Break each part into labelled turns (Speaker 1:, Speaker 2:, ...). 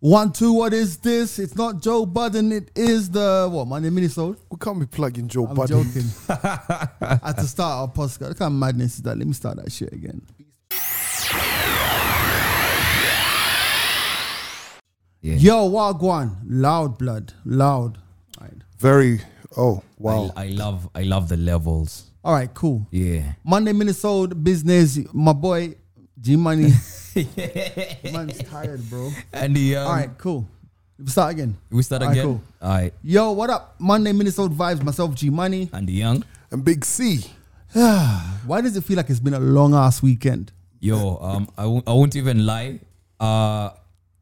Speaker 1: One, two, what is this? It's not Joe Budden. It is the, what, Monday Minnesota?
Speaker 2: We can't be plugging Joe
Speaker 1: I'm
Speaker 2: Budden.
Speaker 1: joking. I had to start our postcard. What kind of madness is that? Let me start that shit again.
Speaker 3: Yeah.
Speaker 1: Yo, Wagwan. Loud blood. Loud. All right.
Speaker 2: Very. Oh wow.
Speaker 3: I, I love I love the levels.
Speaker 1: All right, cool.
Speaker 3: Yeah.
Speaker 1: Monday, Minnesota business. My boy, G Money. Man's tired, bro.
Speaker 3: And the um,
Speaker 1: All right, cool. We start again.
Speaker 3: we start
Speaker 1: All right,
Speaker 3: again.
Speaker 1: cool.
Speaker 3: All right.
Speaker 1: Yo, what up? Monday, Minnesota vibes. Myself, G Money.
Speaker 3: And the young.
Speaker 2: and Big C.
Speaker 1: Why does it feel like it's been a long ass weekend?
Speaker 3: Yo, um I won't I won't even lie. Uh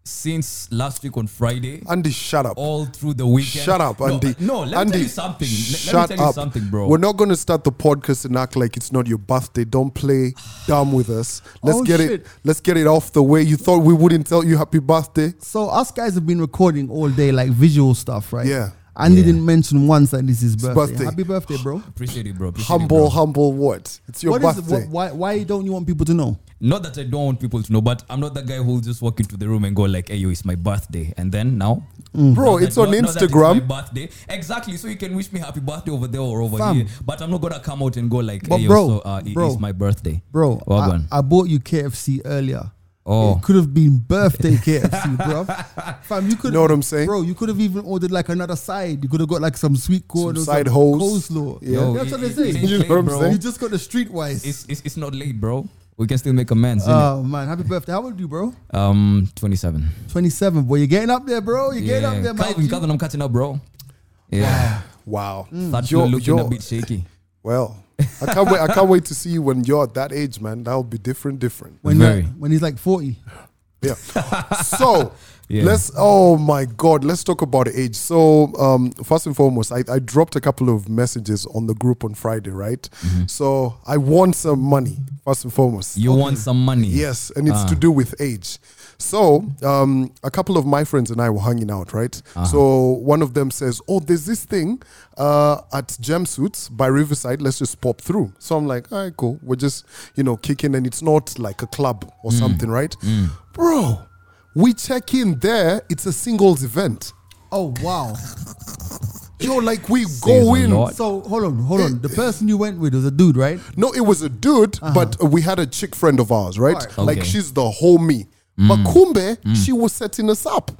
Speaker 3: since last week on Friday,
Speaker 2: Andy, shut up.
Speaker 3: all through the weekend.
Speaker 2: Shut up,
Speaker 3: Oh, No, uh,
Speaker 2: Andy.
Speaker 3: No, let
Speaker 2: Andy,
Speaker 3: me tell you something. Let- Let,
Speaker 2: shut
Speaker 3: me tell you
Speaker 2: up.
Speaker 3: something, bro.
Speaker 2: We're not going to start the podcast and act like it's not your birthday. Don't play dumb with us. Let's
Speaker 1: Oh,
Speaker 2: get
Speaker 1: shit.
Speaker 2: it. Let's get it off the way. You thought we wouldn't tell you happy birthday?
Speaker 1: So us guys have been recording all day, like visual stuff, right?
Speaker 2: Yeah.
Speaker 1: Andy
Speaker 3: Yeah.
Speaker 1: didn't mention once that this is birthday.
Speaker 2: birthday.
Speaker 1: Happy birthday, bro.
Speaker 3: Appreciate it, bro. Appreciate it, bro.
Speaker 2: Humble, humble. What? It's your
Speaker 1: What is
Speaker 2: birthday.
Speaker 1: what, why why don't you want people to know?
Speaker 3: Not that I don't want people to know, but I'm not the guy who'll just walk into the room and go like, "Hey, yo, it's my birthday," and then now,
Speaker 2: Bro,
Speaker 3: Not
Speaker 2: it's
Speaker 3: that-
Speaker 2: on
Speaker 3: not- not that
Speaker 2: Instagram.
Speaker 3: it's my birthday, exactly. So you can wish me happy birthday over there or over
Speaker 1: Fam.
Speaker 3: here, but I'm not gonna come out and go like,
Speaker 1: But
Speaker 3: "Hey,
Speaker 1: bro,
Speaker 3: yo, so uh, it-
Speaker 1: bro,
Speaker 3: it's my birthday,
Speaker 1: Bro,
Speaker 3: Well
Speaker 1: I,
Speaker 3: done.
Speaker 1: I bought you KFC earlier.
Speaker 3: Oh.
Speaker 1: It could have been birthday KFC, bro. Fam, you could
Speaker 2: Know what I'm saying?
Speaker 1: Bro, you could have even ordered like another side. You could have got like some sweet corn
Speaker 2: Some
Speaker 1: or
Speaker 2: side
Speaker 1: some
Speaker 2: hoes.
Speaker 1: coleslaw.
Speaker 2: Yeah.
Speaker 3: Yo,
Speaker 1: That's
Speaker 3: it-
Speaker 1: what they
Speaker 3: it-
Speaker 1: say.
Speaker 3: it ain't
Speaker 2: You know
Speaker 3: late,
Speaker 2: what I'm
Speaker 3: bro.
Speaker 2: saying?
Speaker 1: You just got the streetwise.
Speaker 3: It's, it's it's not late, bro. We can still make amends. innit?
Speaker 1: Oh man, happy birthday. How old are you, bro?
Speaker 3: um, 27.
Speaker 1: 27, boy. You're getting up there, bro. You're getting up there, man.
Speaker 3: Calvin, Calvin, I'm catching up, bro. Yeah,
Speaker 2: Wow.
Speaker 3: that
Speaker 2: Yo-
Speaker 3: floor looking
Speaker 2: yo-
Speaker 3: a bit shaky.
Speaker 2: Well, I can't wait. I can't wait to see you when you're at that age, man. That'll be different, different.
Speaker 1: when,
Speaker 3: Very.
Speaker 1: when he's like 40.
Speaker 2: Yeah. so
Speaker 3: Yeah.
Speaker 2: let's. Oh my God. Let's talk about age. So um, first and foremost, I, I dropped a couple of messages on the group on Friday, right? So I want some money. First and foremost.
Speaker 3: You want some money?
Speaker 2: Yes, and it's to do with age. So, um, a couple of my friends and I were hanging out, right? So, one of them says, Oh, there's this thing uh, at Gemsuits by Riverside. Let's just pop through. So, I'm like, All right, cool. We're just, you know, kicking, and it's not like a club or something, right? Bro, we check in there. It's a singles event.
Speaker 1: Oh, wow.
Speaker 2: Yo, like, we
Speaker 3: Says
Speaker 2: go
Speaker 3: a
Speaker 2: in.
Speaker 3: lot.
Speaker 1: So hold on, hold on. The person you went with was a dude, right?
Speaker 2: No, it was a dude, but we had a chick friend of ours, right?
Speaker 1: Alright.
Speaker 2: Like,
Speaker 3: Okay.
Speaker 2: she's the homie. But Kumbe, she was setting us up.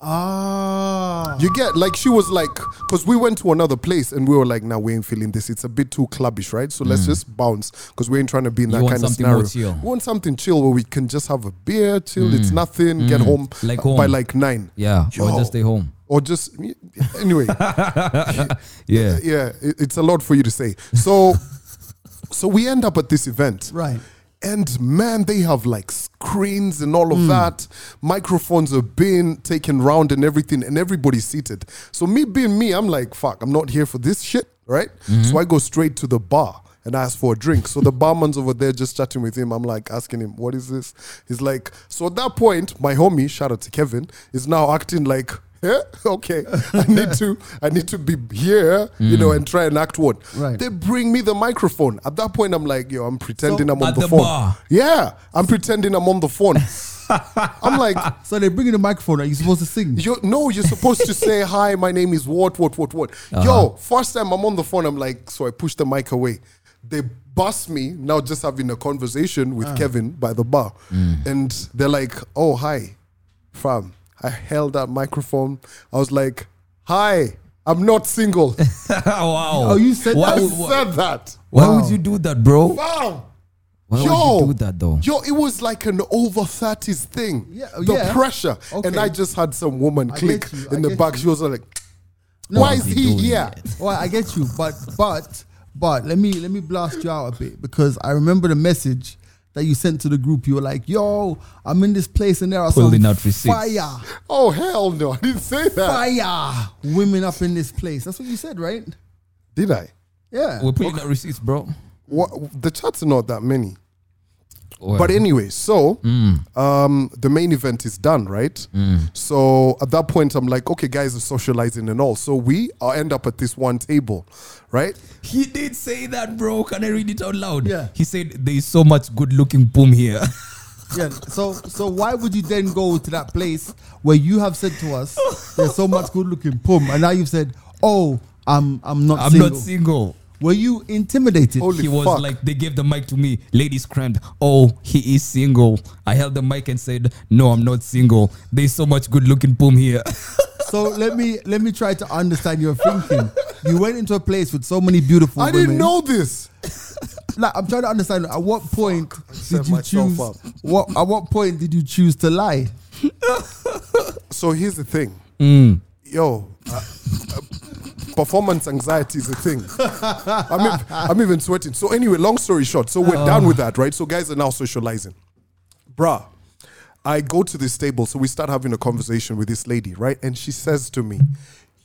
Speaker 1: Ah.
Speaker 2: You get like she was like, because we went to another place and we were like, now nah, we ain't feeling this. It's a bit too clubbish, right? So let's just bounce because we ain't trying to be in that
Speaker 3: Mm. want
Speaker 2: kind of
Speaker 3: something more
Speaker 2: scenario.
Speaker 3: chill. Mm.
Speaker 2: We want something chill where we can just have a beer, chill. It's nothing. Get home,
Speaker 3: Like
Speaker 2: uh, by
Speaker 3: home.
Speaker 2: like nine.
Speaker 3: Yeah,
Speaker 2: Yo.
Speaker 3: or just stay home.
Speaker 2: Or just anyway,
Speaker 3: Yeah,
Speaker 2: yeah, it- it's a lot for you to say. So, so we end up at this event,
Speaker 1: Right.
Speaker 2: and man, they have like screens and all of that. Microphones are being taken round and everything, and everybody's seated. So me being me, I'm like, fuck, I'm not here for this shit, right? So I go straight to the bar and ask for a drink. So the barman's over there just chatting with him. I'm like asking him, what is this? He's like, so at that point, my homie, shout out to Kevin, is now acting like yeah, okay. I need to I need to be here, you know, and try and act one.
Speaker 1: Right.
Speaker 2: They bring me the microphone. At that point I'm like, yo, I'm pretending I'm on
Speaker 3: at
Speaker 2: the,
Speaker 3: the
Speaker 2: phone.
Speaker 3: bar.
Speaker 2: Yeah, I'm pretending I'm on the phone. I'm like,
Speaker 1: So they bring you the microphone. Are you supposed to sing?
Speaker 2: you no, you're supposed to say hi. My name is what, what, what, what.
Speaker 3: Uh-huh.
Speaker 2: Yo, first time I'm on the phone, I'm like, so I push the mic away. They bust me now, just having a conversation
Speaker 3: Ah.
Speaker 2: with Kevin by the bar,
Speaker 3: Mm.
Speaker 2: and they're like, oh hi, fam. I held that microphone. I was like, hi. I'm not single.
Speaker 3: wow.
Speaker 1: Oh, you said
Speaker 3: why,
Speaker 2: I
Speaker 1: that?
Speaker 3: would-
Speaker 2: said that.
Speaker 3: why would you do that, bro?
Speaker 2: Wow.
Speaker 3: Why
Speaker 2: Yo,
Speaker 3: would you do that though?
Speaker 2: Yo, it was like an over 30s thing.
Speaker 1: Yeah,
Speaker 2: the
Speaker 1: yeah.
Speaker 2: pressure. And
Speaker 1: Okay.
Speaker 2: I just had some woman
Speaker 1: I
Speaker 2: click
Speaker 1: get you, I
Speaker 2: in the
Speaker 1: get
Speaker 2: back.
Speaker 1: you.
Speaker 2: She was like, why is
Speaker 3: is he
Speaker 2: he
Speaker 3: doing
Speaker 2: here?
Speaker 1: Well, I get you, but but but let me let me blast you out a bit because I remember the message that you sent to the group. You were like, "Yo, I'm in this place and there are
Speaker 3: Pulling
Speaker 1: some
Speaker 3: out receipts.
Speaker 1: fire,
Speaker 2: Oh, hell no. I didn't say that.
Speaker 1: fire women up in this place." That's what you said, right?
Speaker 2: Did I?
Speaker 1: Yeah.
Speaker 3: We're putting out receipts, bro.
Speaker 2: What, the chats are not that many.
Speaker 3: Well,
Speaker 2: But anyway, so
Speaker 3: Mm.
Speaker 2: um, the main event is done, right? So at that point, I'm like, okay, guys are socializing and all. So we uh, end up at this one table, right?
Speaker 3: he did say that, bro. Can I read it out loud?
Speaker 1: Yeah.
Speaker 3: He said there is so much good-looking boom here.
Speaker 1: Yeah. So so why would you then go to that place where you have said to us there's so much good looking pum and now you've said, Oh, I'm I'm not
Speaker 3: I'm
Speaker 1: single.
Speaker 3: not single.
Speaker 1: Were you intimidated?
Speaker 2: Holy
Speaker 3: he was
Speaker 2: fuck.
Speaker 3: like, they gave the mic to me. Ladies crammed. Oh, he is single. I held the mic and said, No, I'm not single. There's so much good looking boom here.
Speaker 1: So let me let me try to understand your thinking. You went into a place with so many beautiful
Speaker 2: I
Speaker 1: women.
Speaker 2: didn't know this.
Speaker 1: Like, I'm trying to understand at what point
Speaker 2: set
Speaker 1: did you
Speaker 2: myself
Speaker 1: choose
Speaker 2: up.
Speaker 1: what at what point did you choose to lie?
Speaker 2: So here's the thing. Yo, uh, uh, performance anxiety is a thing. I'm, ev- I'm even sweating. So anyway, long story short. So we're done with that, right? So guys are now socializing. Bruh, I go to this table. So we start having a conversation with this lady, right? And she says to me,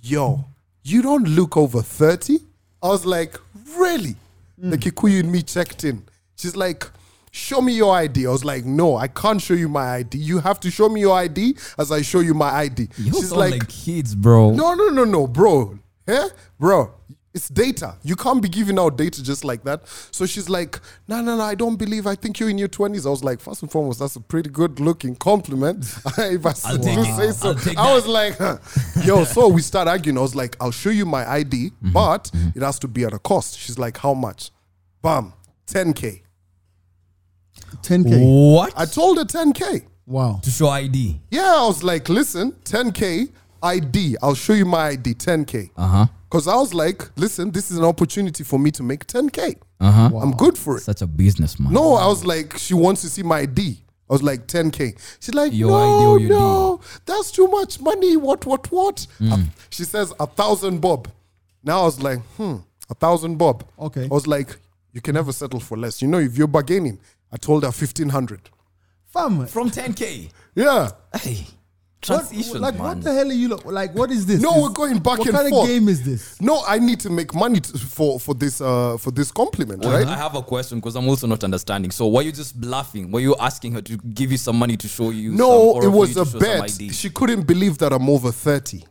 Speaker 2: yo, you don't look over 30? I was like, really? The Kikuyu in me checked in. She's like, show me your ID. I was like, no, I can't show you my ID. You have to show me your ID as I show you my ID.
Speaker 3: you
Speaker 2: She's
Speaker 3: sound like, kids, bro.
Speaker 2: no, no, no, no, bro. Yeah, bro. It's data. You can't be giving out data just like that. So she's like, no, no, no, I don't believe. I think you're in your 20s. I was like, first and foremost, that's a pretty good looking compliment. if I
Speaker 3: I'll
Speaker 2: still
Speaker 3: take it.
Speaker 2: say so.
Speaker 3: I'll take
Speaker 2: I was
Speaker 3: that.
Speaker 2: like, huh. yo, so we start arguing. I was like, I'll show you my ID,
Speaker 3: Mm-hmm.
Speaker 2: but it has to be at a cost. She's like, how much? Bam, 10K. Oh.
Speaker 1: 10k.
Speaker 3: What?
Speaker 2: I told her 10K.
Speaker 1: Wow.
Speaker 3: to show ID.
Speaker 2: Yeah, I was like, listen, 10K ID. I'll show you my ID, 10K.
Speaker 3: Uh huh.
Speaker 2: Because I was like, listen, this is an opportunity for me to make 10K.
Speaker 3: Uh huh.
Speaker 2: I'm good for it.
Speaker 3: Such a businessman.
Speaker 2: No, I was like, she wants to see my ID. I was like, 10K. She's like,
Speaker 3: Your ID
Speaker 2: no,
Speaker 3: or your
Speaker 2: no, that's too much money. What, what, what?
Speaker 3: Mm.
Speaker 2: Uh, She says, a thousand bob. Now I was like, hmm, a thousand bob.
Speaker 1: Okay.
Speaker 2: I was like, you can never settle for less. You know, if you're bargaining, I told her 1500.
Speaker 1: Fam.
Speaker 3: From 10K.
Speaker 2: Yeah.
Speaker 3: Hey.
Speaker 1: What,
Speaker 3: Transition,
Speaker 1: like
Speaker 3: man.
Speaker 1: what the hell are you look like? What is this?
Speaker 2: No,
Speaker 1: Is-
Speaker 2: we're going back
Speaker 1: What
Speaker 2: and
Speaker 1: kind
Speaker 2: forth.
Speaker 1: of game is this?
Speaker 2: No, I need to make money t- for, for this uh, for this compliment,
Speaker 3: Well,
Speaker 2: right?
Speaker 3: Uh-huh. I have a question because I'm also not understanding. So were you just bluffing? Were you asking her to give you some money to show you?
Speaker 2: No,
Speaker 3: some, or
Speaker 2: it
Speaker 3: for
Speaker 2: was
Speaker 3: you
Speaker 2: a
Speaker 3: to show some
Speaker 2: bet.
Speaker 3: ID?
Speaker 2: She couldn't believe that I'm over 30.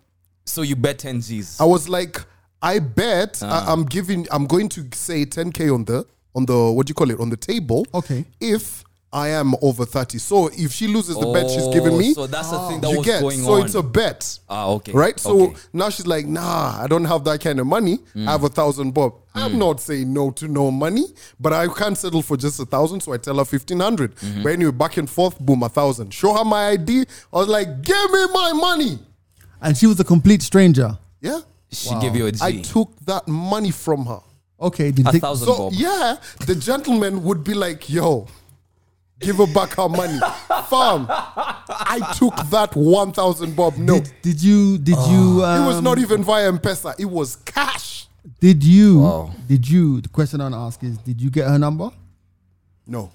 Speaker 3: So you bet 10 G's.
Speaker 2: I was like, I bet I,
Speaker 3: Uh-huh.
Speaker 2: am giving I'm going to say 10k on the on the what do you call it on the table.
Speaker 1: Okay.
Speaker 2: If I am over 30. So if she loses the bet she's giving
Speaker 3: Oh,
Speaker 2: me,
Speaker 3: So that's the thing that
Speaker 2: you
Speaker 3: was
Speaker 2: get.
Speaker 3: going
Speaker 2: so
Speaker 3: on.
Speaker 2: it's a bet.
Speaker 3: ah, okay.
Speaker 2: Right? So
Speaker 3: okay.
Speaker 2: now she's like, nah, I don't have that kind of money. I have a thousand bob.
Speaker 3: Mm.
Speaker 2: I'm not saying no to no money, but I can't settle for just a thousand. So I tell her 1500.
Speaker 3: Mm-hmm.
Speaker 2: But anyway, back and forth, boom, a thousand. Show her my ID. I was like, give me my money.
Speaker 1: And she was a complete stranger.
Speaker 2: Yeah.
Speaker 3: she gave you a G.
Speaker 2: I took that money from her.
Speaker 1: Okay, did
Speaker 3: a
Speaker 1: they-
Speaker 3: thousand
Speaker 2: So
Speaker 3: bob.
Speaker 2: yeah, the gentleman would be like, yo, give her back her money. Fam, I took that 1000 bob note.
Speaker 1: did, did you did you um,
Speaker 2: it was not even via M-Pesa. It was cash.
Speaker 1: did you
Speaker 3: Wow.
Speaker 1: did you the question I want to ask is did you get her number?
Speaker 2: No.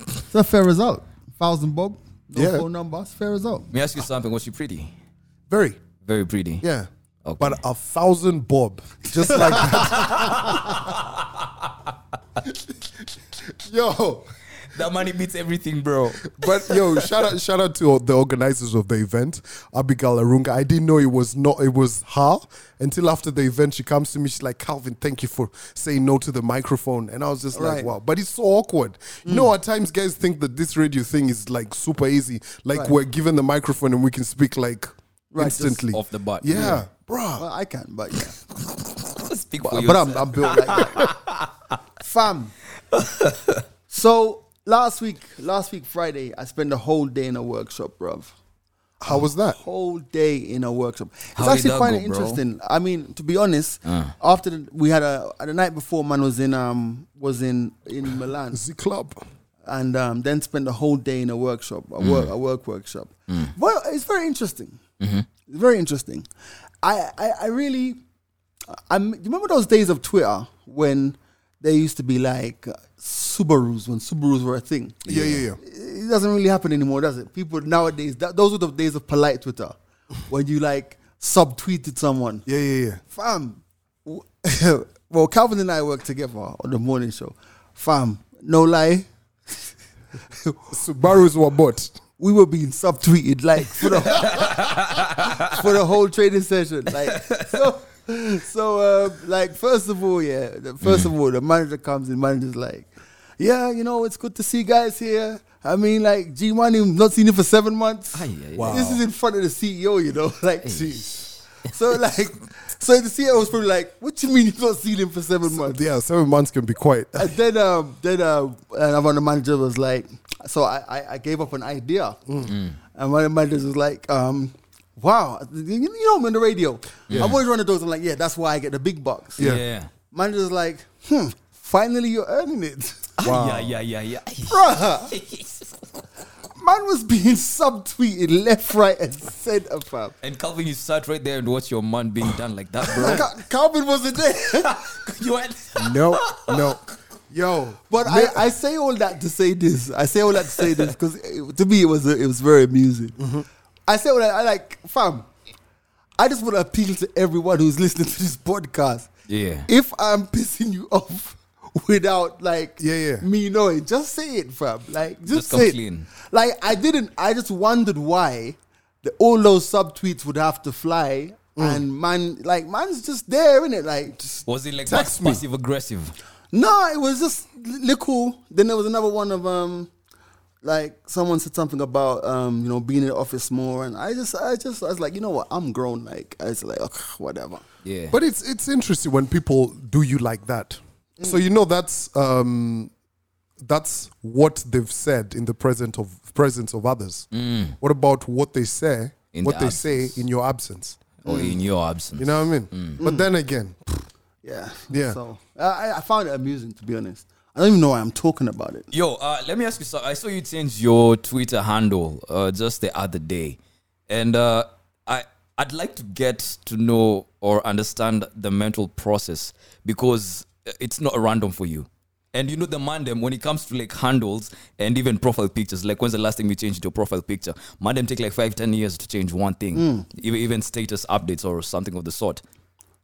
Speaker 1: It's a fair result. Thousand Bob, no
Speaker 2: Yeah.
Speaker 1: phone number, it's a fair result.
Speaker 3: Let me ask you something. Was she pretty?
Speaker 2: Very.
Speaker 3: Very pretty.
Speaker 2: Yeah.
Speaker 3: Okay.
Speaker 2: But a thousand bob. Just like that. yo.
Speaker 3: That money beats everything, bro.
Speaker 2: But yo, shout out shout out to the organizers of the event, Abigail Arunga. I didn't know it was not it was her until after the event she comes to me, she's like, Calvin, thank you for saying no to the microphone. And I was just like,
Speaker 1: Right. Mm.
Speaker 2: wow. But it's so awkward. You know, at times guys think that this radio thing is like super easy. Like
Speaker 1: Right.
Speaker 2: we're given the microphone and we can speak like
Speaker 1: just
Speaker 2: instantly.
Speaker 3: off the bat.
Speaker 2: Yeah.
Speaker 3: Yeah.
Speaker 2: Bruh.
Speaker 1: Well, I can, but yeah.
Speaker 3: Speak for
Speaker 2: but
Speaker 3: yourself.
Speaker 2: I'm, I'm built like that.
Speaker 1: Fam. so last week, last week Friday, I spent a whole day in a workshop, bruv.
Speaker 2: How was that?
Speaker 1: whole day in a workshop. It's
Speaker 3: How did
Speaker 1: actually
Speaker 3: that
Speaker 1: quite
Speaker 3: go, bro? Uh.
Speaker 1: interesting. I mean, to be honest, after the, we had a the night before, man was in um was in in Milan
Speaker 2: Z Club.
Speaker 1: and um, then spent the whole day in a workshop, a
Speaker 2: Mm.
Speaker 1: work a work workshop. Well, it's very interesting.
Speaker 2: Mm-hmm.
Speaker 1: It's very interesting. I I, I really I'm. You remember those days of Twitter when there used to be like uh, Subarus when Subarus were a thing
Speaker 2: Yeah, yeah, yeah.
Speaker 1: it doesn't really happen anymore, does it? People nowadays, that, those were the days of polite Twitter, when you like subtweeted someone.
Speaker 2: Yeah, yeah, yeah.
Speaker 1: Fam, w- well, Calvin and I work together on the morning show. Fam, no lie,
Speaker 2: Subarus were bought.
Speaker 1: we were being subtweeted like for the for the whole training session. Like so, so uh, like first of all, yeah. the- First of all, the manager comes in. Manager's like, yeah, you know, it's good to see you guys here. I mean, like G Money, not seen him for seven months.
Speaker 3: Aye, aye, aye.
Speaker 1: This is in front of the CEO, you know, like jeez. So like, so the CEO was probably like, "What you mean you've not seen him for seven months?"
Speaker 2: Yeah, seven months can be quite.
Speaker 1: And then, um, then uh, another manager was like, "So I, I, I gave up an idea," and one of the managers was like, um, "Wow, you, you know, I'm on the radio. I've always run the doors. I'm like, yeah, that's why I get the big bucks."
Speaker 2: Yeah.
Speaker 3: Yeah.
Speaker 1: Manager's like, "Hmm, finally you're earning it."
Speaker 3: Wow. Yeah, yeah, yeah,
Speaker 1: Bruh. Man was being subtweeted left, right, and centre, fam.
Speaker 3: And Calvin, you sat right there and watched your man being done like that, bro.
Speaker 1: Cal- Calvin wasn't there.
Speaker 3: you went.
Speaker 2: No, no. Yo,
Speaker 1: But I, I say all that to say this. I say all that to say this because to me it was it was very amusing. I say all that. I like, fam. I just want to appeal to everyone who's listening to this podcast.
Speaker 3: Yeah.
Speaker 1: If I'm pissing you off without like
Speaker 2: Yeah, yeah.
Speaker 1: me knowing, just say it, fam. Like just,
Speaker 3: Just come
Speaker 1: say it.
Speaker 3: clean.
Speaker 1: Like I didn't. I just wondered why the, all those subtweets would have to fly. And man, like man's just there, isn't it? Like just
Speaker 3: Was it like
Speaker 2: Text
Speaker 3: pass-
Speaker 2: me.
Speaker 3: passive aggressive?
Speaker 1: no, it was just little. Then there was another one of um, like someone said something about um, you know, being in the office more, and I just, I just, I was like, you know what, I'm grown. Like I was like, ugh, whatever.
Speaker 3: Yeah.
Speaker 2: But it's it's interesting when people do you like that. So you know that's um, that's what they've said in the present of presence of others. What about what they say?
Speaker 3: In
Speaker 2: what
Speaker 3: the
Speaker 2: they say in your absence.
Speaker 3: or Oh, in your absence.
Speaker 2: You know what I mean? But then again,
Speaker 1: Yeah,
Speaker 2: Yeah.
Speaker 1: So I, I found it amusing to be honest. I don't even know why I'm talking about it.
Speaker 3: Yo, uh, let me ask you something. I saw you change your Twitter handle uh, just the other day, and uh, I I'd like to get to know or understand the mental process because it's not random for you. And you know the mandem when it comes to like handles and even profile pictures. Like when's the last time you changed your profile picture? Mandem take like five ten years to change one thing,
Speaker 2: Hmm.
Speaker 3: even even status updates or something of the sort.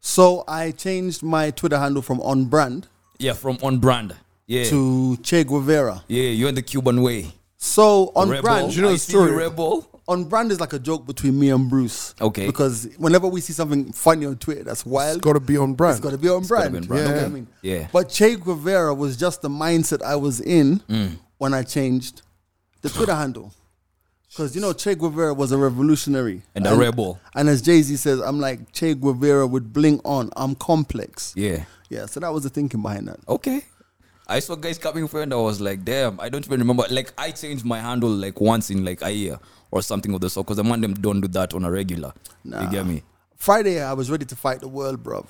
Speaker 1: So I changed my Twitter handle from on brand
Speaker 3: Yeah, from on brand. Yeah,
Speaker 1: to Che Guevara.
Speaker 3: yeah, you're in the Cuban way.
Speaker 1: So on
Speaker 3: Rebel.
Speaker 1: brand,
Speaker 2: you know
Speaker 3: I
Speaker 2: the
Speaker 3: see you,
Speaker 2: story?
Speaker 3: Rebel.
Speaker 1: on brand is like a joke between me and Bruce.
Speaker 3: Okay.
Speaker 1: Because whenever we see something funny on Twitter that's wild,
Speaker 2: it's got to be on brand.
Speaker 1: It's got to be on brand.
Speaker 3: be on
Speaker 1: You know
Speaker 3: brand.
Speaker 1: what I
Speaker 2: Yeah.
Speaker 1: mean?
Speaker 3: Yeah.
Speaker 1: But Che Guevara was just the mindset I was in
Speaker 3: Mm.
Speaker 1: when I changed the Twitter handle. Because, you know, Che Guevara was a revolutionary.
Speaker 3: And a rebel.
Speaker 1: And as Jay Z says, I'm like, Che Guevara would bling on. I'm complex.
Speaker 3: Yeah.
Speaker 1: Yeah, so that was the thinking behind that.
Speaker 3: okay. I saw guys coming for and I was like, damn, I don't even remember. Like, I changed my handle like once in like a year or something of the sort because the man them don't do that on a regular. You get me?
Speaker 1: Friday, I was ready to fight the world, bruv.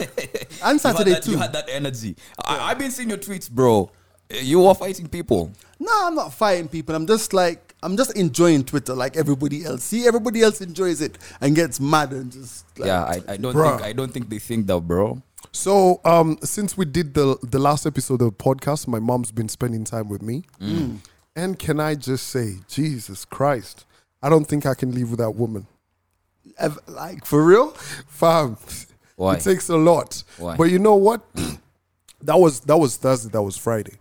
Speaker 1: and
Speaker 3: You had
Speaker 1: Saturday,
Speaker 3: that-
Speaker 1: too.
Speaker 3: You had that energy. I, I've been seeing your tweets, bro. You were fighting people.
Speaker 1: No, I'm not fighting people. I'm just like I'm just enjoying Twitter like everybody else. See, everybody else enjoys it and gets mad and just like
Speaker 3: yeah, I, I don't
Speaker 2: Bruh.
Speaker 3: think I don't think they think that, bro.
Speaker 2: So, um, since we did the the last episode of the podcast, my mom's been spending time with me,
Speaker 1: Mm.
Speaker 2: and can I just say, Jesus Christ, I don't think I can live with that woman,
Speaker 1: ev- like for real.
Speaker 2: fam.
Speaker 3: Why?
Speaker 2: It takes a lot.
Speaker 3: Why?
Speaker 2: But you know what? that was that was Thursday. That was Friday.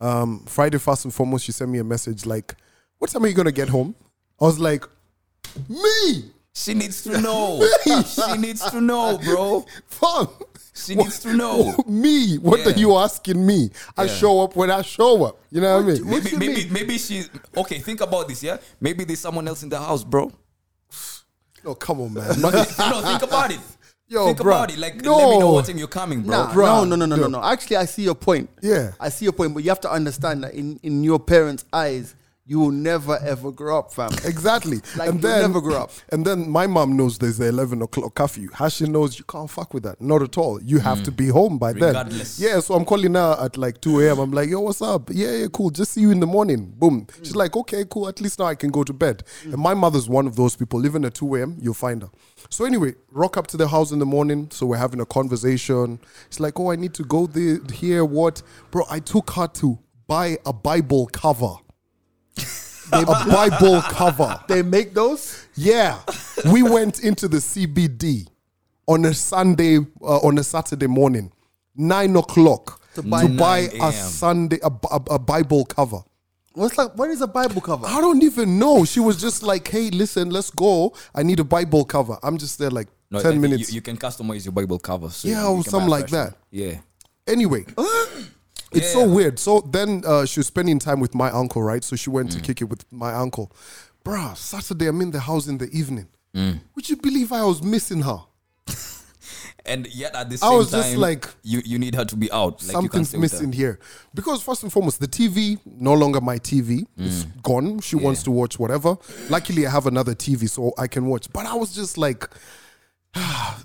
Speaker 2: Um, Friday, first and foremost, she sent me a message like, "What time are you gonna get home?" I was like, "Me,
Speaker 3: She needs to know. she needs to know, bro.
Speaker 2: fam."
Speaker 3: She needs to know.
Speaker 2: me, what
Speaker 3: Yeah.
Speaker 2: are you asking me? I show up when I show up. You know what, I mean?
Speaker 3: Maybe maybe maybe she's okay, think about this, yeah? Maybe there's someone else in the house, bro.
Speaker 2: Oh, come on, man.
Speaker 3: no, think about it.
Speaker 2: Yo,
Speaker 3: think
Speaker 2: bruh.
Speaker 3: about it. Like, let me know
Speaker 2: No.
Speaker 3: what time you're coming, bro.
Speaker 1: Nah,
Speaker 2: Bruh.
Speaker 1: no, no, no, no, no, no. Actually, I see your point.
Speaker 2: Yeah.
Speaker 1: I see your point, but you have to understand that in in your parents' eyes, you will never ever grow up, fam.
Speaker 2: Exactly.
Speaker 1: Like,
Speaker 2: and
Speaker 1: you
Speaker 2: then
Speaker 1: never grew up.
Speaker 2: And then my mom knows there's the eleven o'clock curfew. How she knows you can't fuck with that. Not at all. You have to be home by
Speaker 3: Regardless.
Speaker 2: then. Yeah, so I'm calling her at like two AM. I'm like, yo, what's up? Yeah, yeah, cool. Just see you in the morning. Boom.
Speaker 1: Mm.
Speaker 2: She's like, okay, cool. At least now I can go to bed. And my mother's one of those people. Even at two AM, you'll find her. So anyway, rock up to the house in the morning. So we're having a conversation. It's like, oh, I need to go there here. What? Bro, I took her to buy a Bible cover. a Bible cover.
Speaker 1: They make those.
Speaker 2: Yeah, we went into the CBD on a Sunday, uh, on a Saturday morning, nine o'clock, to
Speaker 1: buy-
Speaker 2: buy,
Speaker 3: 9
Speaker 2: a
Speaker 3: a.m..
Speaker 2: Sunday a, Bi- a Bible cover.
Speaker 1: What's like? What is a Bible cover?
Speaker 2: I don't even know. She was just like, "Hey, listen, let's go. I need a Bible cover." I'm just there like
Speaker 3: No,
Speaker 2: ten
Speaker 3: like,
Speaker 2: minutes.
Speaker 3: You, you can customize your Bible cover. So
Speaker 2: Yeah,
Speaker 3: you
Speaker 2: or
Speaker 3: can buy
Speaker 2: something
Speaker 3: a
Speaker 2: like
Speaker 3: fresh one.
Speaker 2: that.
Speaker 3: Yeah.
Speaker 2: anyway, It's
Speaker 3: Yeah,
Speaker 2: so
Speaker 3: yeah.
Speaker 2: weird. So then uh, she was spending time with my uncle, right? So she
Speaker 3: Mm.
Speaker 2: went to kick it with my uncle. Bruh, Saturday, I'm in the house in the evening.
Speaker 3: Mm.
Speaker 2: Would you believe I was missing her?
Speaker 3: And yet at the
Speaker 2: I
Speaker 3: same
Speaker 2: was just
Speaker 3: time,
Speaker 2: like,
Speaker 3: you, you need her to be out. Like you can't
Speaker 2: Something's
Speaker 3: stay with her.
Speaker 2: missing here. Because, first and foremost, the TV, no longer my TV,
Speaker 3: Mm.
Speaker 2: it's gone. She wants to watch whatever. Luckily, I have another TV, so I can watch. But I was just like,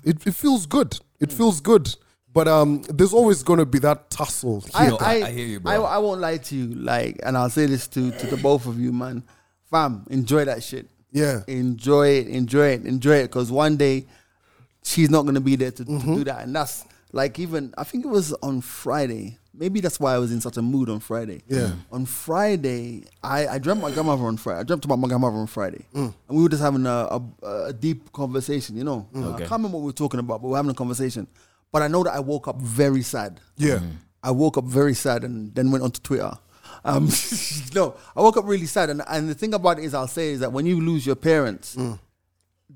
Speaker 2: it, it feels good. It
Speaker 3: Mm.
Speaker 2: feels good. But um, there's always going to be that tussle here.
Speaker 1: I,
Speaker 3: No,
Speaker 1: I,
Speaker 3: I hear you, bro.
Speaker 1: I, I won't lie to you. Like, and I'll say this to, to the both of you, man. Fam, enjoy that shit.
Speaker 2: Yeah.
Speaker 1: Enjoy it, enjoy it, enjoy it. Because one day she's not going to be there to, to do that. And that's like, even, I think it was on Friday. Maybe that's why I was in such a mood on Friday.
Speaker 2: Yeah.
Speaker 1: On Friday, I, I dreamt my grandmother on Friday. I dreamt about my grandmother on Friday. And we were just having a, a, a deep conversation, you know. I can't remember what we were talking about, but we were having a conversation. But I know that I woke up very sad.
Speaker 2: yeah.
Speaker 3: Mm.
Speaker 1: I woke up very sad and then went onto Twitter. Um, no, I woke up really sad. And, and the thing about it is, I'll say is that when you lose your parents,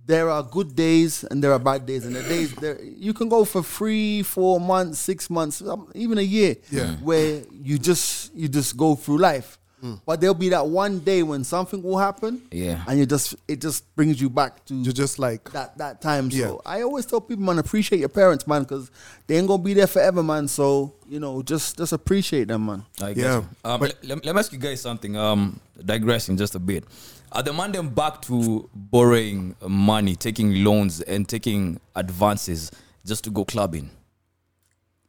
Speaker 1: there are good days and there are bad days. And the days there, you can go for three, four months, six months, um, even a year,
Speaker 2: Yeah.
Speaker 1: where you just you just go through life. But there'll be that one day when something will happen,
Speaker 3: Yeah.
Speaker 1: and you just it just brings you back to
Speaker 2: You're just like,
Speaker 1: that that time. So
Speaker 2: Yeah.
Speaker 1: I always tell people, man, appreciate your parents, man, because they ain't gonna be there forever, man. So you know, just just appreciate them, man.
Speaker 3: I
Speaker 2: Yeah,
Speaker 3: guess. Um,
Speaker 2: but-
Speaker 3: let, let me ask you guys something. Um, digressing just a bit. Are the man them back to borrowing money, taking loans, and taking advances just to go clubbing?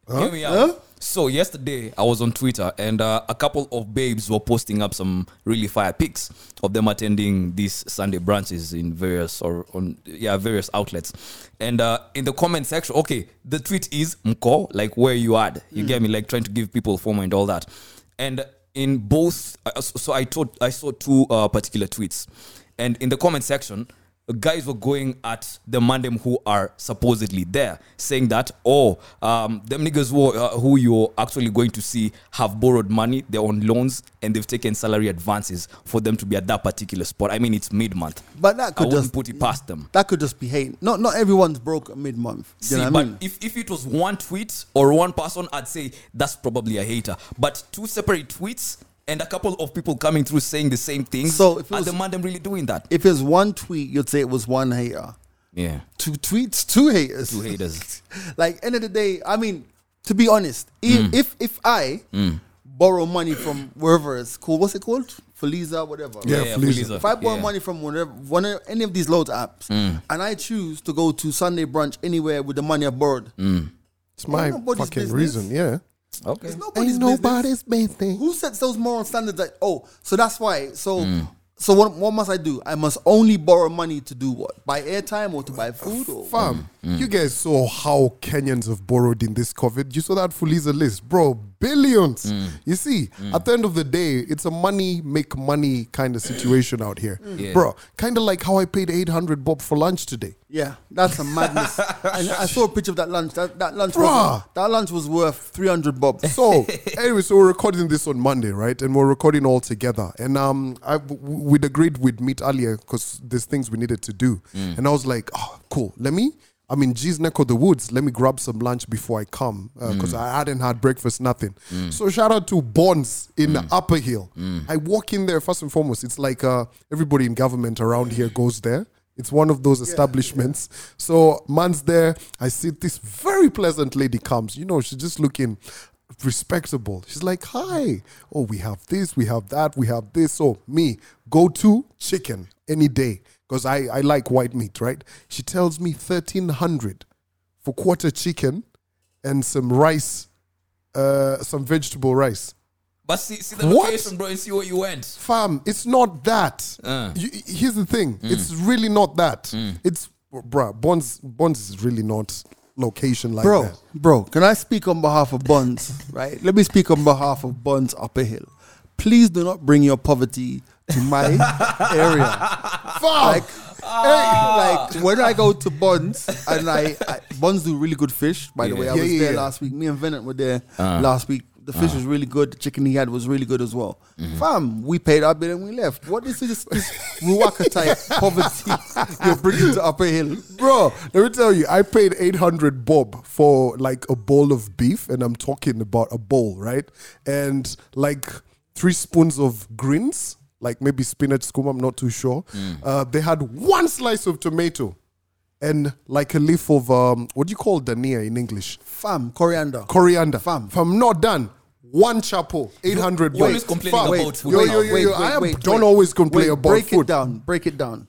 Speaker 3: Hear me out. So yesterday I was on Twitter and uh, a couple of babes were posting up some really fire pics of them attending these Sunday branches in various or on yeah various outlets, and uh, in the comment section, okay, the tweet is mko like where you at, you get me, like trying to give people FOMO and all that, and in both, uh, so so I thought I saw two uh, particular tweets, and in the comment section, guys were going at the mandem who are supposedly there, saying that, oh, um, them niggas who, uh, who you're actually going to see have borrowed money, they're on loans, and they've taken salary advances for them to be at that particular spot. I mean, it's mid month.
Speaker 1: But that
Speaker 3: I
Speaker 1: could
Speaker 3: wouldn't
Speaker 1: just
Speaker 3: put it past them.
Speaker 1: that could just be hate. Not not everyone's broke mid month. You
Speaker 3: See,
Speaker 1: know what I
Speaker 3: but
Speaker 1: mean?
Speaker 3: if, if it was one tweet or one person, I'd say that's probably a hater. But two separate tweets and a couple of people coming through saying the same things.
Speaker 1: So if it
Speaker 3: are
Speaker 1: was-
Speaker 3: the mandem really doing that?
Speaker 1: If it's one tweet, you'd say it was one hater.
Speaker 3: Yeah.
Speaker 1: Two tweets, two haters.
Speaker 3: Two haters.
Speaker 1: like end of the day, I mean, to be honest, if
Speaker 3: Mm.
Speaker 1: if, if I borrow money from wherever it's called, what's it called? Feliza, whatever.
Speaker 2: Yeah, Feliza.
Speaker 3: Feliza.
Speaker 1: If I Mm. borrow
Speaker 3: Yeah.
Speaker 1: money from whatever, one of, any of these load apps, and I choose to go to Sunday brunch anywhere with the money I borrowed,
Speaker 2: it's my
Speaker 1: nobody's
Speaker 2: fucking
Speaker 1: business.
Speaker 2: reason. Yeah.
Speaker 3: Okay.
Speaker 1: it's nobody's business.
Speaker 2: business.
Speaker 1: Who sets those moral standards? That oh, so that's why. So so what, what must I do? I must only borrow money to do what? Buy airtime or to buy food or
Speaker 2: Fam, you guys saw how Kenyans have borrowed in this COVID. You saw that Fuliza list, bro. Billions. You see, at the end of the day, it's a money make money kind of situation out here,
Speaker 3: Yeah.
Speaker 2: bro. Kind of like how I paid eight hundred bob for lunch today.
Speaker 1: Yeah, that's a madness. and I saw a picture of that lunch. That, that lunch was
Speaker 2: Bruh.
Speaker 1: that lunch was worth three hundred bob.
Speaker 2: So, anyway, Oh, so we're recording this on Monday, right? And we're recording all together. And um, I w- we'd agreed we'd meet earlier because there's things we needed to do. And I was like, oh, cool. Let me. I mean, G's neck of the woods. Let me grab some lunch before I come because I hadn't had breakfast, nothing. So shout out to Bonds in Upper Hill. I walk in there first and foremost. It's like uh, everybody in government around here goes there. It's one of those establishments. So man's there. I see this very pleasant lady comes. You know, she's just looking respectable. She's like, "Hi, oh, we have this, we have that, we have this." So me, go to chicken any day because I I like white meat, right? She tells me thirteen hundred for quarter chicken and some rice, uh, some vegetable rice.
Speaker 3: But see, see the
Speaker 2: What?
Speaker 3: location, bro, and see where you went.
Speaker 2: Fam, it's not that. You- here's the thing. It's really not that. It's bruh, Bonds Bonds is really not location like
Speaker 1: bro,
Speaker 2: that.
Speaker 1: bro, can I speak on behalf of Bonds? Right, let me speak on behalf of Bonds Upper Hill. Please do not bring your poverty to my area.
Speaker 2: Fuck.
Speaker 1: Like, hey, like when I go to Bonds and I, I Bonds do really good fish. By the way, I
Speaker 2: Yeah,
Speaker 1: was
Speaker 2: yeah,
Speaker 1: there
Speaker 2: yeah. Uh-huh.
Speaker 1: last week. Me and Venant were there last week. The fish was really good. The chicken he had was really good as well.
Speaker 2: Mm-hmm.
Speaker 1: Fam, we paid our bill and we left. What is this, this Ruaka type poverty you're bringing to Upper Hill?
Speaker 2: Bro, let me tell you, I paid 800 bob for like a bowl of beef, and I'm talking about a bowl, right? And like three spoons of greens, like maybe spinach, skooma, I'm not too sure.
Speaker 1: Mm.
Speaker 2: Uh, they had one slice of tomato and like a leaf of, um, what do you call dania in English?
Speaker 1: Fam, coriander.
Speaker 2: Coriander.
Speaker 1: Fam.
Speaker 2: Fam, not done. One chapo, 800
Speaker 3: you're
Speaker 2: bob.
Speaker 3: always complaining
Speaker 2: Fam,
Speaker 3: about food.
Speaker 2: Yo,
Speaker 3: Wait,
Speaker 2: yo, yo,
Speaker 1: wait,
Speaker 2: yo,
Speaker 1: wait,
Speaker 2: I am-
Speaker 1: wait,
Speaker 2: don't
Speaker 1: wait.
Speaker 2: always complain
Speaker 1: Wait,
Speaker 2: about
Speaker 1: break
Speaker 2: food.
Speaker 1: it down. Break it down.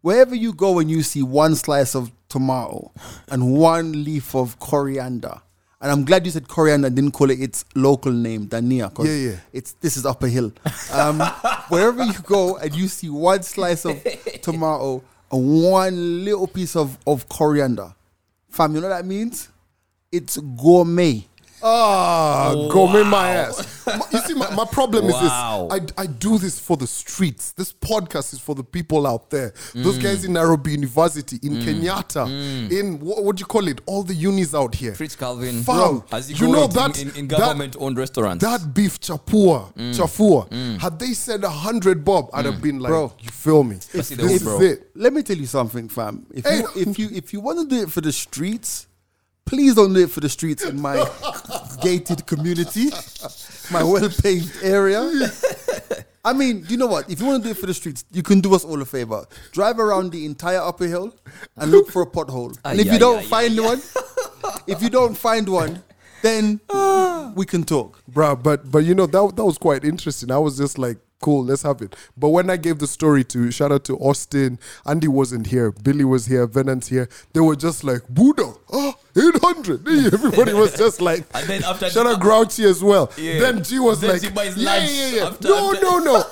Speaker 1: Wherever you go and you see one slice of tomato and one leaf of coriander, and I'm glad you said coriander and didn't call it its local name, Dania. 'cause
Speaker 2: Yeah, yeah.
Speaker 1: It's this is Upper Hill. Um, wherever you go and you see one slice of tomato and one little piece of, of coriander, fam, you know what that means? It's gourmet.
Speaker 2: Ah, gourmet my ass. M- You see, my, my problem
Speaker 3: Oh, Wow.
Speaker 2: is this. I, I do this for the streets. This podcast is for the people out there. Those guys in Nairobi University, in
Speaker 3: Mm.
Speaker 2: Kenyatta, in what, what do you call it? All the unis out here.
Speaker 3: Fritz Calvin,
Speaker 2: Fam,
Speaker 3: as you,
Speaker 2: you
Speaker 3: go
Speaker 2: know
Speaker 3: out
Speaker 2: that-
Speaker 3: in, Mm. in, in
Speaker 2: that-
Speaker 3: government-owned restaurants.
Speaker 2: That beef chapua, chafua. Had they said a hundred bob, I'd
Speaker 3: Mm.
Speaker 2: have been like,
Speaker 1: Bro.
Speaker 2: you feel me? This
Speaker 3: Especially those
Speaker 2: is
Speaker 3: bro.
Speaker 2: it.
Speaker 1: Let me tell you something, fam. If
Speaker 2: Hey.
Speaker 1: you if you if you want to do it for the streets, please don't do it for the streets in my gated community, my well paved area. I mean, you know what? If you want to do it for the streets, you can do us all a favor. Drive around the entire upper hill and look for a pothole. And if
Speaker 3: Ay,
Speaker 1: you
Speaker 3: ay,
Speaker 1: don't
Speaker 3: ay,
Speaker 1: find one, if you don't find one, then we can talk.
Speaker 2: Bruh, but but you know that that was quite interesting. I was just like, cool, let's have it. But when I gave the story to shout out to Austin, Andy wasn't here, Billy was here, Venant's here. They were just like Buddha, oh, 800. Everybody was just like,
Speaker 3: And then after-
Speaker 2: shout out Grouchy as well.
Speaker 3: Yeah.
Speaker 2: Then G was
Speaker 3: Then
Speaker 2: like,
Speaker 3: G buys
Speaker 2: yeah,
Speaker 3: lunch
Speaker 2: yeah, yeah.
Speaker 3: after-
Speaker 2: no,
Speaker 3: after-
Speaker 2: no, no.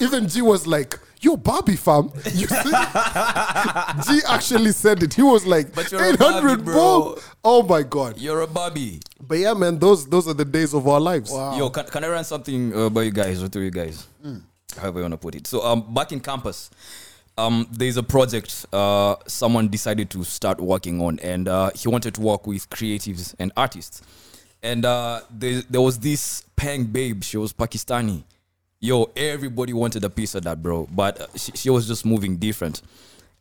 Speaker 2: Even G was like. Yo, Barbie fam, you see, G actually said it. He was like,
Speaker 3: But you're a
Speaker 2: 800
Speaker 3: Barbie, bro."
Speaker 2: bro. Oh my God.
Speaker 3: You're a Barbie.
Speaker 2: But yeah, man, those those are the days of our lives.
Speaker 3: Yo, can, can I run something uh, by you guys or through you guys?
Speaker 2: Hmm.
Speaker 3: However you want to put it. So, um, back in campus, um, there's a project uh, someone decided to start working on, and uh, he wanted to work with creatives and artists. And uh, there, there was this Pang babe. She was Pakistani. Yo, everybody wanted a piece of that, bro. But uh, she, she was just moving different.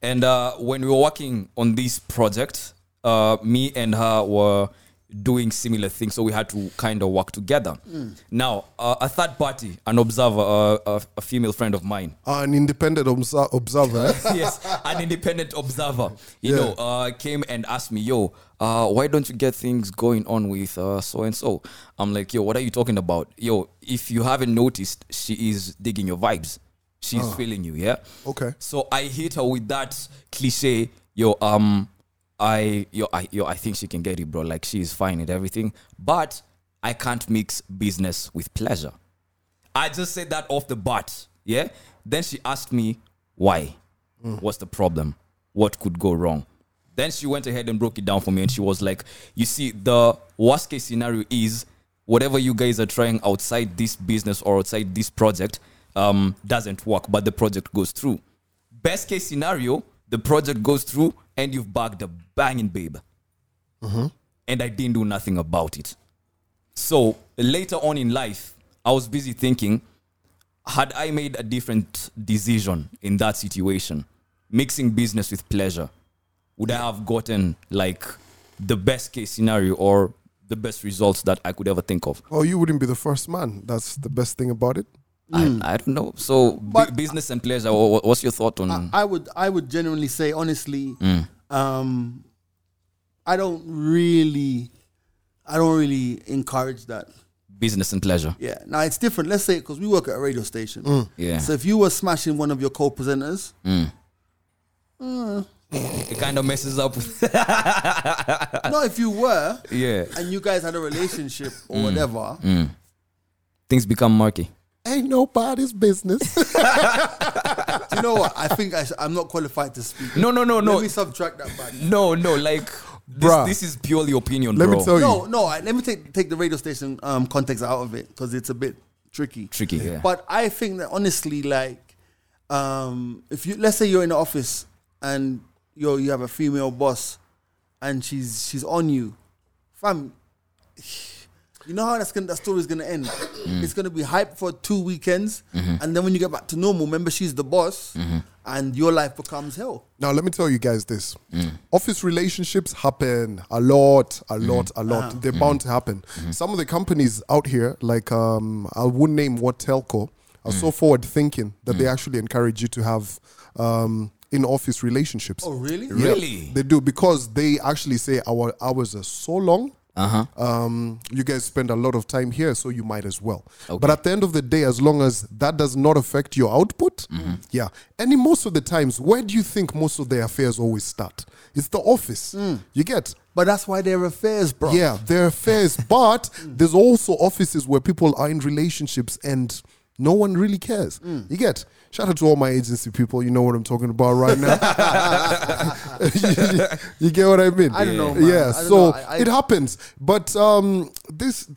Speaker 3: And uh, when we were working on this project, uh, me and her were doing similar things, so we had to kind of work together. Now, uh, a third party, an observer, uh, a, a female friend of mine,
Speaker 2: Ah, an independent obs- observer. eh?
Speaker 3: yes, an independent observer, you know, uh, came and asked me, yo, uh, why don't you get things going on with uh, so and so? I'm like, yo, what are you talking about? Yo, if you haven't noticed, she is digging your vibes. She's feeling you, yeah?
Speaker 2: Okay.
Speaker 3: So I hit her with that cliche, yo, um, I yo, I yo, I think she can get it, bro. Like she's fine and everything. But I can't mix business with pleasure. I just said that off the bat. Yeah. Then she asked me why. What's the problem? What could go wrong? Then she went ahead and broke it down for me and she was like, You see, the worst case scenario is whatever you guys are trying outside this business or outside this project um, doesn't work, but the project goes through. Best case scenario, the project goes through and you've bagged a banging babe and I didn't do nothing about it. So later on in life, I was busy thinking, had I made a different decision in that situation, mixing business with pleasure, would I have gotten like the best case scenario or the best results that I could ever think of?
Speaker 2: Oh, you wouldn't be the first man. That's the best thing about it.
Speaker 3: I, I don't know. So bu- business and pleasure. wha- wha- What's your thought on?
Speaker 1: I would I would genuinely say honestly, um, I don't really, I don't really encourage that.
Speaker 3: business and pleasure.
Speaker 1: Yeah. Now it's different. Let's say because we work at a radio station.
Speaker 3: Yeah.
Speaker 1: So if you were smashing one of your co-presenters,
Speaker 3: It kind of messes up. with- Mm.
Speaker 1: no, if you were,
Speaker 3: yeah.
Speaker 1: and you guys had a relationship
Speaker 3: Mm.
Speaker 1: or whatever,
Speaker 3: Things become murky.
Speaker 2: Ain't nobody's business.
Speaker 1: do you know what? I think I sh- I'm not qualified to speak.
Speaker 3: No, no, no, no.
Speaker 1: Let me subtract that back.
Speaker 3: No, no, like this,
Speaker 2: Bruh.
Speaker 3: this is purely opinion,
Speaker 2: Let
Speaker 3: bro.
Speaker 2: me tell
Speaker 1: No,
Speaker 2: you.
Speaker 1: no. I, let me take take the radio station um, context out of it because it's a bit tricky.
Speaker 3: Tricky, yeah.
Speaker 1: But I think that honestly, like, um, if you let's say you're in the office and you you have a female boss, and she's she's on you, fam. You know how that's gonna, that story's gonna end.
Speaker 3: Mm.
Speaker 1: It's gonna be hype for two weekends,
Speaker 3: Mm-hmm.
Speaker 1: and then when you get back to normal, remember she's the boss, and your life becomes hell.
Speaker 2: Now, let me tell you guys this. Office relationships happen a lot, a lot, a lot. They're bound to happen. Some of the companies out here, like um, I wouldn't name what telco, are so forward thinking that they actually encourage you to have um, in office relationships.
Speaker 1: Oh, really?
Speaker 2: Yeah,
Speaker 3: Really?
Speaker 2: they do because they actually say our hours are so long. Um, you guys spend a lot of time here, so you might as well. But at the end of the day, as long as that does not affect your output, yeah. And in most of the times, where do you think most of the affairs always start? It's the office. You get.
Speaker 1: But that's why they're affairs, bro.
Speaker 2: Yeah, their affairs. but there's also offices where people are in relationships and no one really cares.
Speaker 1: Mm.
Speaker 2: You get. Shout out to all my agency people. You know what I'm talking about right now. you, you get what I mean?
Speaker 1: I don't know, man.
Speaker 2: Yeah.
Speaker 1: I don't
Speaker 2: so
Speaker 1: know. I- I-
Speaker 2: it happens, but um, this.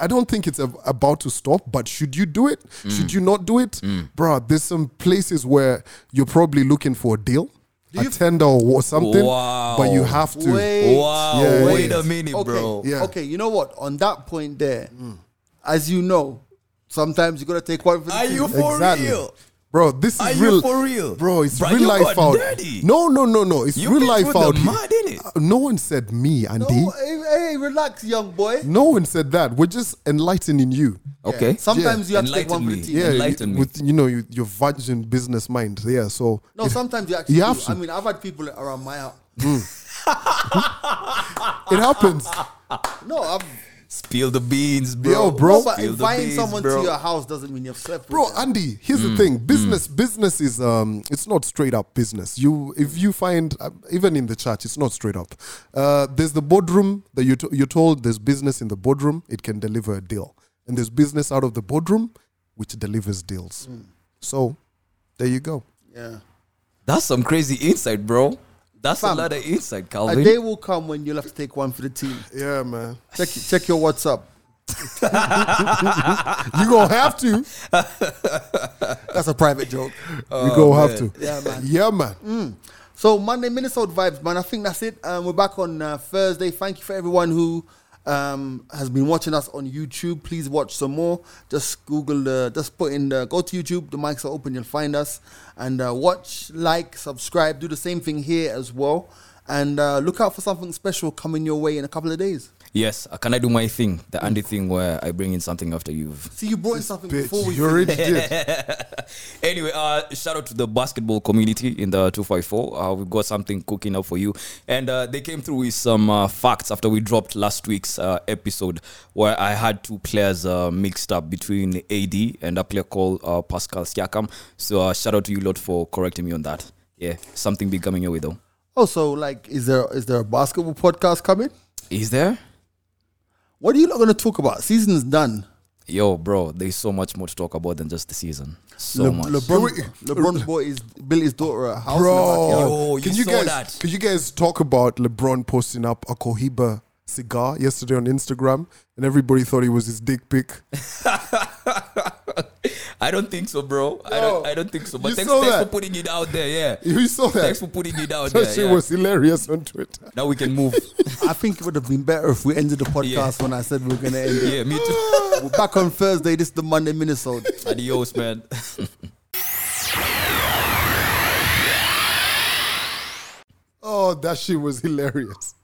Speaker 2: I don't think it's ab- about to stop, but should you do it?
Speaker 1: Mm.
Speaker 2: Should you not do it? Bruh, there's some places where you're probably looking for a deal, a tender or something, but you
Speaker 3: Wow.
Speaker 2: have to.
Speaker 1: Wait.
Speaker 3: Wow,
Speaker 2: Yeah,
Speaker 3: wait
Speaker 2: yeah.
Speaker 3: a minute,
Speaker 1: okay.
Speaker 3: bro.
Speaker 2: Yeah. Hmm.
Speaker 1: Okay, you know what? On that point there, as you know, sometimes you gotta take one for the
Speaker 3: Are
Speaker 1: team.
Speaker 3: you for
Speaker 2: Exactly.
Speaker 3: real?
Speaker 2: Bro, this is
Speaker 3: Are you
Speaker 2: real.
Speaker 3: for real?
Speaker 2: Bro, it's
Speaker 3: Bro,
Speaker 2: real
Speaker 3: you
Speaker 2: life
Speaker 3: got
Speaker 2: out.
Speaker 3: dirty.
Speaker 2: No, no, no, no. It's
Speaker 3: You
Speaker 2: real
Speaker 3: bitch
Speaker 2: life
Speaker 3: with
Speaker 2: out
Speaker 3: the
Speaker 2: here.
Speaker 3: mud, innit?
Speaker 2: Uh, No one said me, Andy.
Speaker 1: No,
Speaker 2: No,
Speaker 1: hey, hey, relax, young boy.
Speaker 2: one said that. We're just enlightening you.
Speaker 3: Okay.
Speaker 1: Sometimes you have to take one
Speaker 3: Enlighten
Speaker 1: for
Speaker 3: me.
Speaker 1: the team.
Speaker 2: Yeah,
Speaker 3: Enlighten
Speaker 2: you-
Speaker 3: me.
Speaker 2: with you know you, your virgin business mind. Yeah, so
Speaker 1: No,
Speaker 2: it-
Speaker 1: sometimes you actually.
Speaker 2: You
Speaker 1: do.
Speaker 2: have to.
Speaker 1: I mean, I've had people around my house.
Speaker 2: it happens.
Speaker 1: No, I've.
Speaker 3: Spill the beans, bro.
Speaker 2: Yo, bro.
Speaker 1: no, but
Speaker 3: Spill the
Speaker 1: inviting
Speaker 3: beans,
Speaker 1: someone
Speaker 3: bro.
Speaker 1: to your house doesn't mean you've slept. with
Speaker 2: Bro,
Speaker 1: them.
Speaker 2: Andy, here's the thing. Business, business is um, it's not straight up business. You, if you find uh, even in the church, it's not straight up. Uh, there's the boardroom that you to, you're told there's business in the boardroom. It can deliver a deal, and there's business out of the boardroom, which delivers deals. So, there you go.
Speaker 1: yeah.
Speaker 3: That's some crazy insight, bro. That's
Speaker 1: Fam.
Speaker 3: a lot of insight,
Speaker 1: A
Speaker 3: Calvin.
Speaker 1: day will come when you'll have to take one for the team.
Speaker 2: Yeah, man.
Speaker 1: Check check your WhatsApp.
Speaker 2: You gonna have to. You
Speaker 1: That's a private joke.
Speaker 2: gonna have to.
Speaker 1: Yeah, man.
Speaker 2: Yeah, man.
Speaker 1: So Monday, Minnesota vibes, man. I think that's it. Um, we're back on uh, Thursday. Thank you for everyone who um, has been watching us on YouTube. Please watch some more. Just Google the, just put in the, go to YouTube. The mics are open. You'll find us and uh, watch, like, subscribe. Do the same thing here as well. And uh, look out for something special coming your way in a couple of days.
Speaker 3: yes. uh, Can I do my thing? The Andy thing where I bring in something after you've
Speaker 1: See, you brought in something before
Speaker 2: Bitch,
Speaker 1: we
Speaker 2: you already did.
Speaker 3: Anyway, uh, shout out to the basketball community in the 254. Uh, we've got something cooking up for you. And uh, they came through with some uh, facts after we dropped last week's uh, episode where I had two players uh, mixed up between AD and a player called uh, Pascal Siakam. So uh, shout out to you lot for correcting me on that. Yeah, something big coming your way though.
Speaker 1: Also, Oh, like, is there is there a basketball podcast coming?
Speaker 3: Is there?
Speaker 1: What are you not going to talk about? Season's done.
Speaker 3: Yo, bro, there's so much more to talk about than just the season. So
Speaker 1: Le-
Speaker 3: much.
Speaker 1: LeBron,
Speaker 2: Do
Speaker 1: LeBron bought his Billy's daughter a house. in the backyard.
Speaker 2: Bro,
Speaker 3: Yo,
Speaker 2: can
Speaker 3: you
Speaker 2: you
Speaker 3: saw
Speaker 2: guys
Speaker 3: that.
Speaker 2: can you guys talk about LeBron posting up a Cohiba cigar yesterday on Instagram and everybody thought it was his dick pic?
Speaker 3: I don't think so, bro. I don't. I don't think so. But
Speaker 2: You
Speaker 3: thanks,
Speaker 2: saw
Speaker 3: thanks
Speaker 2: that.
Speaker 3: for putting it out there. Yeah.
Speaker 2: You saw that?
Speaker 3: Thanks for putting it out
Speaker 2: That
Speaker 3: there.
Speaker 2: shit
Speaker 3: yeah.
Speaker 2: was hilarious on Twitter.
Speaker 3: now we can move.
Speaker 1: I think it would have been better if we ended the podcast when I said we were going to end it.
Speaker 3: yeah, me too.
Speaker 1: We're back on Thursday. This is the Monday Minnesota.
Speaker 3: Adios, man.
Speaker 2: Oh, that shit was hilarious.